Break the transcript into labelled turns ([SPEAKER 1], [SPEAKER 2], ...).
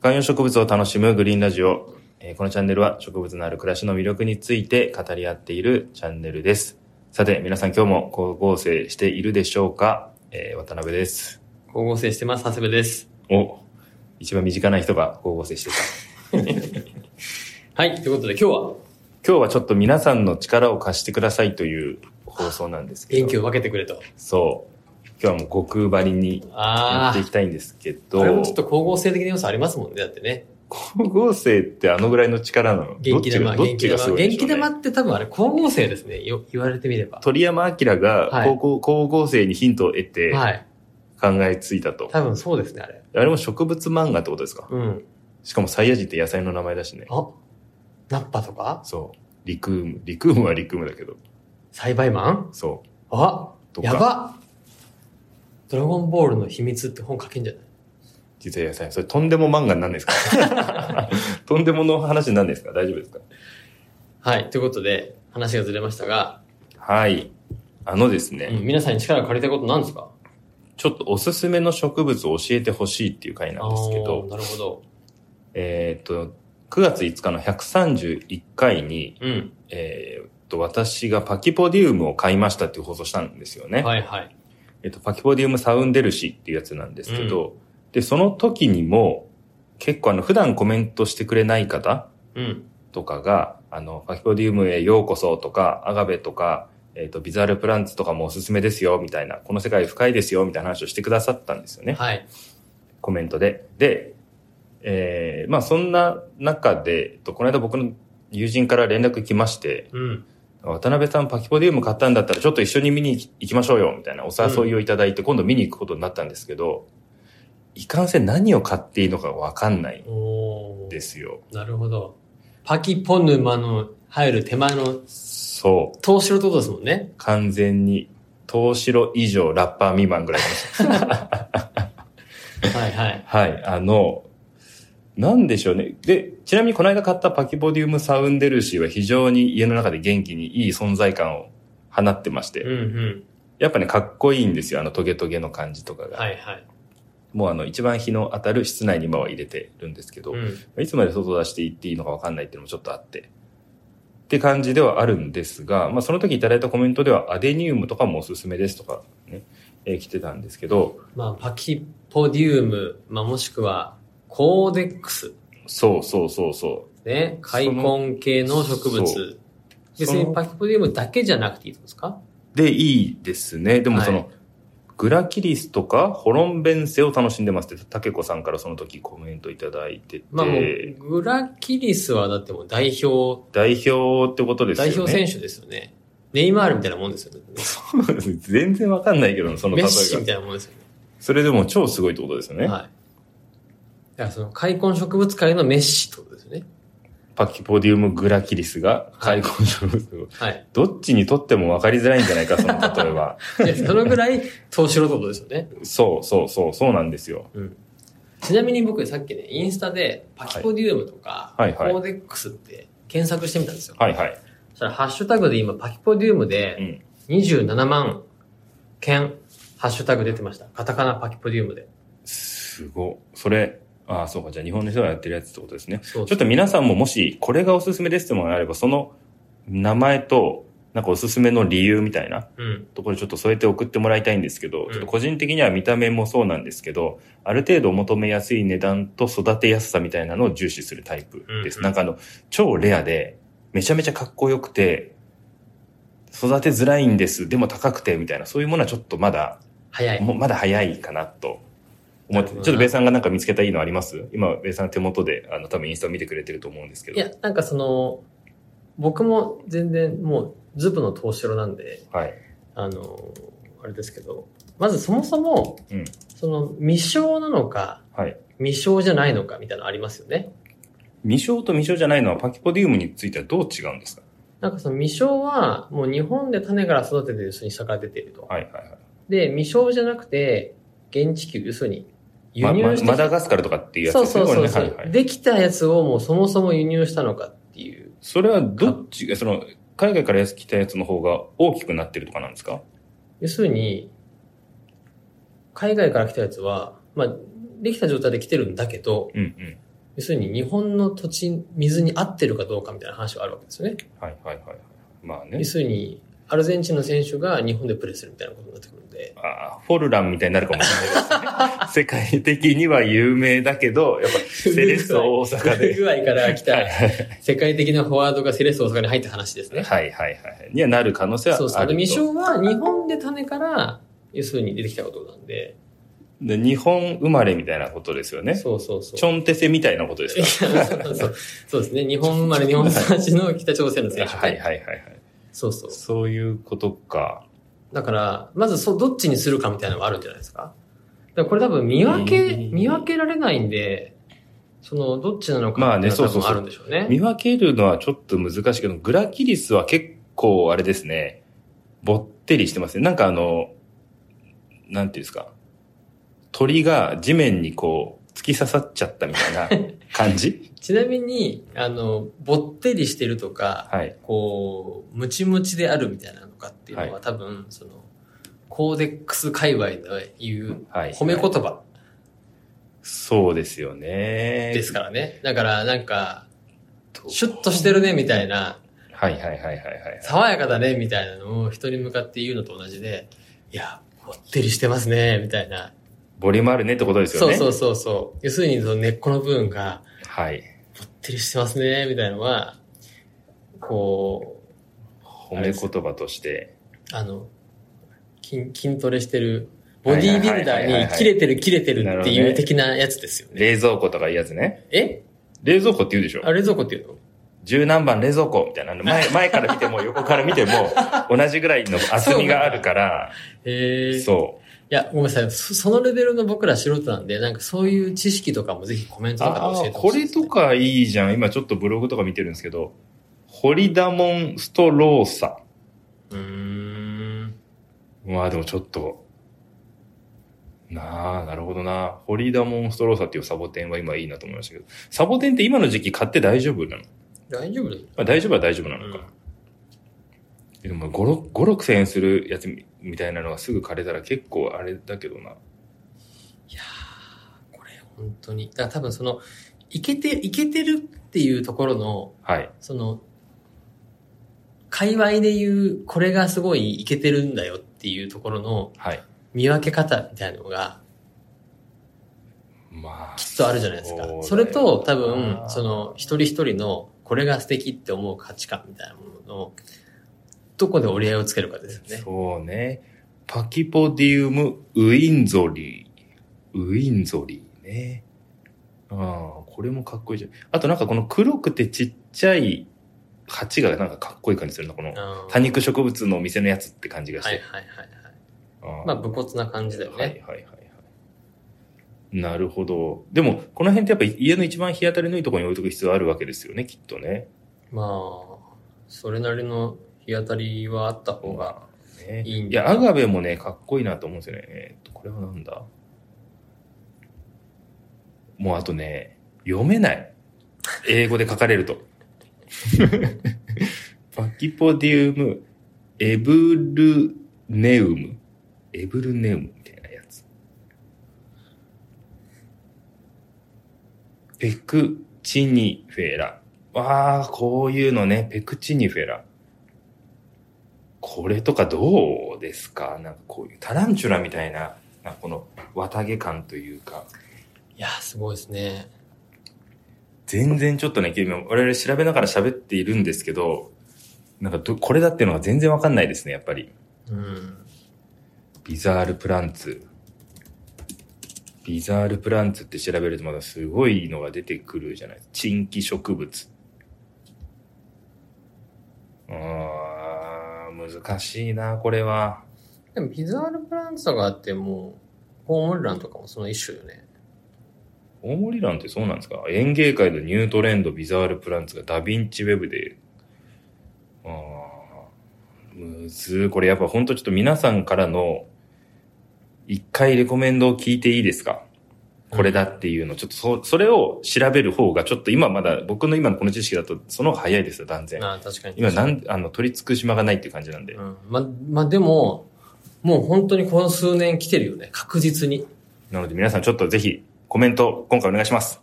[SPEAKER 1] 観葉植物を楽しむグリーンラジオ。えーこのチャンネルは植物のある暮らしの魅力について語り合っているチャンネルです。さて、皆さん今日も光合成しているでしょうか、えー渡辺です。
[SPEAKER 2] 光合成してます、長谷部です。
[SPEAKER 1] お、一番身近な人が光合成してた。
[SPEAKER 2] はい、ということで今日は
[SPEAKER 1] 今日はちょっと皆さんの力を貸してくださいという放送なんですけど。
[SPEAKER 2] 元気を分けてくれと。
[SPEAKER 1] そう。今日はもう悟空張りにやっ
[SPEAKER 2] あ
[SPEAKER 1] ていきたいんですけ
[SPEAKER 2] あ、
[SPEAKER 1] ど
[SPEAKER 2] これ、もちょっと光合成的な要素ありますもんね、だってね。
[SPEAKER 1] 光合成ってあのぐらいの力なの
[SPEAKER 2] 元気玉、
[SPEAKER 1] どっち
[SPEAKER 2] 元気
[SPEAKER 1] がどっちがす
[SPEAKER 2] 玉。
[SPEAKER 1] ごいん
[SPEAKER 2] 元
[SPEAKER 1] でしょ
[SPEAKER 2] 気
[SPEAKER 1] うね
[SPEAKER 2] 玉って多分あれ光合成ですね、よ言われてみれば。
[SPEAKER 1] 鳥山明が
[SPEAKER 2] はい
[SPEAKER 1] 高校、光合成にヒントを得て
[SPEAKER 2] はい。
[SPEAKER 1] 考えついたと。
[SPEAKER 2] 多分そうですね、あれ。
[SPEAKER 1] あれも植物漫画ってことですか
[SPEAKER 2] うん。
[SPEAKER 1] しかもサイヤ人って野菜の名前だしね。
[SPEAKER 2] あナッパとか
[SPEAKER 1] そう。リクーム。リクームはリクームだけど。
[SPEAKER 2] 栽培マン
[SPEAKER 1] そ
[SPEAKER 2] あ
[SPEAKER 1] う。と
[SPEAKER 2] や
[SPEAKER 1] か。
[SPEAKER 2] ばドラゴンボールの秘密って本書けんじゃない
[SPEAKER 1] 実は野菜。それとんでも漫画になんないです かとんでもの話になんないですか大丈夫ですか
[SPEAKER 2] はい、ということで話がずれましたが、
[SPEAKER 1] はい。あのですね、
[SPEAKER 2] うん、皆さんに力を借りたいことなんですか
[SPEAKER 1] ちょっとおすすめの植物を教えてほしいっていう回なんですけ
[SPEAKER 2] あ
[SPEAKER 1] ど
[SPEAKER 2] ー、なるほど。
[SPEAKER 1] えーっと、9月5日の131回に、
[SPEAKER 2] うん。
[SPEAKER 1] えーっと、私がパキポディウムを買いましたっていう放送したんですよね。
[SPEAKER 2] はいはい。
[SPEAKER 1] えっと、パキポディウムサウンデルシっていうやつなんですけど、で、その時にも、結構あの、普段コメントしてくれない方
[SPEAKER 2] うん。
[SPEAKER 1] とかが、あの、パキポディウムへようこそとか、アガベとか、えっ、と、ビザールプランツとかもおすすめですよ、みたいな、この世界深いですよ、みたいな話をしてくださったんですよね。
[SPEAKER 2] はい。
[SPEAKER 1] コメントで。で、えーまあそんな中で、えっとこの間僕の友人から連絡来まして、
[SPEAKER 2] うん。
[SPEAKER 1] 渡辺さんパキポディウム買ったんだったらちょっと一緒に見に行きましょうよみたいなお誘いをいただいて今度見に行くことになったんですけど、いかんせん何を買っていいのかわかんない
[SPEAKER 2] お
[SPEAKER 1] ん
[SPEAKER 2] ー
[SPEAKER 1] ですよ。
[SPEAKER 2] なるほど。パキポヌマの入る手前の
[SPEAKER 1] そう。
[SPEAKER 2] 投資のってことですも んね。
[SPEAKER 1] 完全に、東城以上ラッパー未満ぐらいかもしれない。
[SPEAKER 2] はい はい。
[SPEAKER 1] はい、あの、なんでしょうね。で、ちなみにこの間買ったパキボディウムサウンデルシーは非常に家の中で元気にいい存在感を放ってまして、
[SPEAKER 2] うんうん。
[SPEAKER 1] やっぱね、かっこいいんですよ。あのトゲトゲの感じとかが。
[SPEAKER 2] はいはい。
[SPEAKER 1] もうあの、一番日の当たる室内に今は入れてるんですけど、
[SPEAKER 2] うん。
[SPEAKER 1] いつまで外出していっていいのかわかんないっていうのもちょっとあって。って感じではあるんですが、まあその時いただいたコメントではアデニウムとかもおすすめですとかね、えー来てたんですけど、
[SPEAKER 2] まあ、パキポディウム、まあ、もしくは、コーデックス。
[SPEAKER 1] そうそうそうそう。
[SPEAKER 2] ね。開根系の植
[SPEAKER 1] そ
[SPEAKER 2] 物。別
[SPEAKER 1] その
[SPEAKER 2] にパキポディウムだけじゃなくていいってことですか
[SPEAKER 1] でいいですね。でもその、
[SPEAKER 2] はい
[SPEAKER 1] グラキリスとかホロンベンセを楽しんでますって、タケコさんからその時コメントいただいてて、
[SPEAKER 2] まあもう、グラキリスはだってもう代表、
[SPEAKER 1] 代表ってことですよね。
[SPEAKER 2] 代表選手ですよね。ネイマールみたいなもんですよね。
[SPEAKER 1] 手 全然わかんないけど、その例
[SPEAKER 2] メ
[SPEAKER 1] え
[SPEAKER 2] ッシみ
[SPEAKER 1] が。
[SPEAKER 2] たいなもんですよね。
[SPEAKER 1] それでも超すごいってことですよね。
[SPEAKER 2] はい。だからその、開墾植物界のメッシってことですよね。
[SPEAKER 1] パキポディウムグラキリスが開墾植物を、
[SPEAKER 2] はい。
[SPEAKER 1] どっちにとってもわかりづらいんじゃないか、その例え は。
[SPEAKER 2] でそのぐらい、投資のってことですよね。
[SPEAKER 1] そうそうそう、そうなんですよ。
[SPEAKER 2] うん。ちなみに僕さっきね、インスタで、パキポディウムとか、
[SPEAKER 1] はいはいはい
[SPEAKER 2] コーデックスって検索してみたんですよ。
[SPEAKER 1] はいはい。
[SPEAKER 2] そしたら、ハッシュタグで今、パキポディウム
[SPEAKER 1] う
[SPEAKER 2] で、
[SPEAKER 1] ん。
[SPEAKER 2] 27万件、ハッシュタグ出てました。カタカナパキポディウムで。
[SPEAKER 1] すご。それ、ああ、そうか。じゃあ日本の人がやってるやつってことですね。
[SPEAKER 2] そう
[SPEAKER 1] ちょっと皆さんももし、これがおすすめですってものがあれば、その名前と、なんかおすすめの理由みたいな
[SPEAKER 2] うん。
[SPEAKER 1] ところちょっと添えて送ってもらいたいんですけど、
[SPEAKER 2] うん
[SPEAKER 1] ちょっと個人的には見た目もそうなんですけど、ある程度お求めやすい値段と育てやすさみたいなのを重視するタイプです。
[SPEAKER 2] うんう
[SPEAKER 1] な
[SPEAKER 2] ん
[SPEAKER 1] んかあの、超レアで、めちゃめちゃかっこよくて、育てづらいんです、でも高くて、みたいな、そういうものはちょっとまだ、
[SPEAKER 2] 早い。
[SPEAKER 1] もうまだ早いかなと思って、
[SPEAKER 2] なる
[SPEAKER 1] ち
[SPEAKER 2] ほど
[SPEAKER 1] ょ
[SPEAKER 2] な
[SPEAKER 1] っとベイさんがなんか見つけたいいのあります今、ベイさん手元で、あの、多分インスタを見てくれてると思うんですけど。
[SPEAKER 2] いや、なんかその、僕も全然もう、ズブの投資ロなんで、
[SPEAKER 1] はい。
[SPEAKER 2] あの、あれですけど、まずそもそも、
[SPEAKER 1] うん
[SPEAKER 2] その未生なのか、
[SPEAKER 1] はい。
[SPEAKER 2] 未生じゃないのかみたいなのありますよね。
[SPEAKER 1] 未生と未生じゃないのはパキポディウムについてはどう違うんですか
[SPEAKER 2] なんかその未生は、もう日本で種から育ててる、要するに下から出てると。
[SPEAKER 1] はいはいはい。
[SPEAKER 2] で、未生じゃなくて、現地球、要するに、輸
[SPEAKER 1] ま
[SPEAKER 2] 入してき
[SPEAKER 1] まマダガスカルとかっていうやつ
[SPEAKER 2] そう
[SPEAKER 1] です
[SPEAKER 2] そ
[SPEAKER 1] ね。
[SPEAKER 2] うそう
[SPEAKER 1] こ
[SPEAKER 2] そう、
[SPEAKER 1] れねはいはい。
[SPEAKER 2] できたやつをもうそもそも輸入したのかっていう。
[SPEAKER 1] それはどっちが、その、海外から来たやつの方が大きくなってるとかなんですか
[SPEAKER 2] 要するに、海外から来たやつは、まあ、できた状態で来てるんだけど、
[SPEAKER 1] うんうん。
[SPEAKER 2] 要するに日本の土地、水に合ってるかどうかみたいな話はあるわけですよね。
[SPEAKER 1] はいはいはいはい。まあね
[SPEAKER 2] 要。するに、アルゼンチンの選手が日本でプレーするみたいなことになってくるんで。
[SPEAKER 1] あーフォルランみたいになるかもしれないですね。 世界的には有名だけど、やっぱセレッソ大阪
[SPEAKER 2] 不
[SPEAKER 1] で。
[SPEAKER 2] 具合から来
[SPEAKER 1] はい
[SPEAKER 2] た世界的なフォワードがセレッソ大阪に入った話ですね。
[SPEAKER 1] はいはいはい。にはなる可能性は
[SPEAKER 2] そうそう。
[SPEAKER 1] あ
[SPEAKER 2] で、
[SPEAKER 1] る
[SPEAKER 2] 未
[SPEAKER 1] と。
[SPEAKER 2] 勝は日本で種から、要するに出てきたことなんで。
[SPEAKER 1] で、日本生まれみたいなことですよね。
[SPEAKER 2] そうそうそう。
[SPEAKER 1] チョンテセみたいなことですか
[SPEAKER 2] いや そうそうそうですね。日本生まれ、日本育ちの北朝鮮の選手。
[SPEAKER 1] はいはいはいはい。
[SPEAKER 2] そうそう。
[SPEAKER 1] そういうことか。
[SPEAKER 2] だから、まずそう、どっちにするかみたいなのがあるんじゃないですか。だからこれ多分見分け、
[SPEAKER 1] うん
[SPEAKER 2] 見分けられないんで、その、どっちなの
[SPEAKER 1] ま
[SPEAKER 2] か
[SPEAKER 1] あ
[SPEAKER 2] ってい
[SPEAKER 1] ね
[SPEAKER 2] うのは多
[SPEAKER 1] そうそう
[SPEAKER 2] 分
[SPEAKER 1] そう
[SPEAKER 2] あるんでしょうね。
[SPEAKER 1] 見分けるのはちょっと難しいけど、グラキリスは結構あれですね、ぼってりしてますね。なんかあの、なんていうんですか、鳥が地面にこう、突き刺さっちゃったみたいな 感じ
[SPEAKER 2] ちなみに、あの、ぼってりしてるとか、
[SPEAKER 1] はい。
[SPEAKER 2] こう、ムチムチであるみたいなのかっていうのは、
[SPEAKER 1] は
[SPEAKER 2] 多分、その、コーデックス界隈でいう
[SPEAKER 1] はい。
[SPEAKER 2] 褒め言
[SPEAKER 1] はい
[SPEAKER 2] 葉
[SPEAKER 1] そうですよね。
[SPEAKER 2] ですからね。だから、なんか、
[SPEAKER 1] と
[SPEAKER 2] シュッとしてるね、みたいな、
[SPEAKER 1] はいはいはいはいはい。
[SPEAKER 2] 爽やかだね、みたいなのを人に向かって言うのと同じで、いや、ぼってりしてますね、みたいな。
[SPEAKER 1] ボリュームあるねってことですよ
[SPEAKER 2] そう
[SPEAKER 1] ね。
[SPEAKER 2] そう
[SPEAKER 1] そう。
[SPEAKER 2] そうそう。要するにその根っこの部分が、
[SPEAKER 1] はい。
[SPEAKER 2] ぼってりしてますね、みたいなのは、こ
[SPEAKER 1] 褒め言葉として。
[SPEAKER 2] う、あの、筋、筋トレしてる、ボディービルダ
[SPEAKER 1] はいはいはいはい
[SPEAKER 2] ー
[SPEAKER 1] は
[SPEAKER 2] に
[SPEAKER 1] い
[SPEAKER 2] 切れてる切れてる
[SPEAKER 1] なる
[SPEAKER 2] っ
[SPEAKER 1] ほ
[SPEAKER 2] て
[SPEAKER 1] ど
[SPEAKER 2] いう
[SPEAKER 1] ね
[SPEAKER 2] 的なやつですよね。
[SPEAKER 1] 冷蔵庫とかいうやつね。
[SPEAKER 2] え
[SPEAKER 1] 冷蔵庫って言うでしょ
[SPEAKER 2] あ、冷蔵庫っていうの
[SPEAKER 1] 十何番冷蔵庫みたいなの前、 前から見ても横から見ても同じぐらいの厚みがあるから、
[SPEAKER 2] ええい
[SPEAKER 1] そ
[SPEAKER 2] や、ごめんなさいそ。そのレベルの僕ら素人なんで、なんかそういう知識とかもぜひコメン
[SPEAKER 1] う。
[SPEAKER 2] トとか
[SPEAKER 1] あ
[SPEAKER 2] で教え
[SPEAKER 1] ー
[SPEAKER 2] てほ
[SPEAKER 1] こ
[SPEAKER 2] しいで
[SPEAKER 1] れ
[SPEAKER 2] すね、
[SPEAKER 1] とかいいじゃん。今ちょっとブログとか見てるんですけど、ホリダモンストローサ。
[SPEAKER 2] うーん。
[SPEAKER 1] まあでもちょっと、なあ、なるほどな。ホリダモンストローサっていうサボテンは今いいなと思いましたけど、サボテンって今の時期買って大丈夫なの
[SPEAKER 2] 大丈夫だよ
[SPEAKER 1] まあ大丈夫は大丈夫なのか。でも5、6、6千円するやつみみたいなのがすぐ枯れたら結構あれだけどな。
[SPEAKER 2] いやーこれ本当に。だから多分その、いけて、いけてるっていうところの、
[SPEAKER 1] はい。
[SPEAKER 2] その、界隈で言う、これがすごいいけてるんだよっていうところの
[SPEAKER 1] はい。
[SPEAKER 2] 見分け方みたいなのが
[SPEAKER 1] まあ。
[SPEAKER 2] きっとあるじゃないですか。
[SPEAKER 1] うだよ
[SPEAKER 2] それと多分
[SPEAKER 1] あ、ー
[SPEAKER 2] その、一人一人のこれが素敵って思う価値観みたいなものの、どこで折り合いをつけるかですよね。
[SPEAKER 1] そうね。パキポディウムウィンゾリー。ウィンゾリーね。ああ、これもかっこいいじゃん。あとなんかこの黒くてちっちゃい鉢がなんかかっこいい感じするな。この
[SPEAKER 2] うん
[SPEAKER 1] 多肉植物のお店のやつって感じがし
[SPEAKER 2] はいはい
[SPEAKER 1] て。
[SPEAKER 2] はいはい。
[SPEAKER 1] ああ
[SPEAKER 2] まあ、武骨な感じだよね。
[SPEAKER 1] はいはいはいはい。なるほど。でも、この辺ってやっぱ家の一番日当たりのいいところに置いとく必要あるわけですよね、きっとね。
[SPEAKER 2] まあ、それなりの日当たりはあった方が、
[SPEAKER 1] ね、
[SPEAKER 2] いいん
[SPEAKER 1] い
[SPEAKER 2] だ
[SPEAKER 1] や、アガベもね、かっこいいなと思うんですよね。えーっと、これはなんだもうあとね、読めない。英語で書かれる と。パキポディウム、エブルネウム。エブルネウムみたいなやつ。ペクチニフェラ。わあ、こういうのね、ペクチニフェラ。これとかどうですかなんかこういうタランチュラみたいな、なんかこの綿毛感というか、
[SPEAKER 2] いや、すごいですね。
[SPEAKER 1] 全然ちょっとね、今我々調べながら喋っているんですけど、なんかど、これだっていうのは全然わかんないですね、やっぱり。
[SPEAKER 2] うん。
[SPEAKER 1] ビザールプランツ。ビザールプランツって調べるとまだすごいのが出てくるじゃない珍奇植物。あー、難しいな、これは。
[SPEAKER 2] でも、ビザールプランツとかあってもう、ホームランとかもその一種よね。
[SPEAKER 1] 大森蘭ってそうなんですか園芸界のニュートレンド、ビザールプランツがダヴィンチウェブで。あーむずーこれやっぱほんとちょっと皆さんからの一回レコメンドを聞いていいですかこれだっていうの。ちょっとそ、それを調べる方がちょっと今まだ僕の今のこの知識だとその方が早いですよ、断然。
[SPEAKER 2] ああ、確かに。
[SPEAKER 1] 今なん、あの、取り付く島がないっていう感じなんで
[SPEAKER 2] う。ん。ま、まあ、でも、もう本当にこの数年来てるよね。確実に。
[SPEAKER 1] なので皆さんちょっとぜひコメント今回お願いします。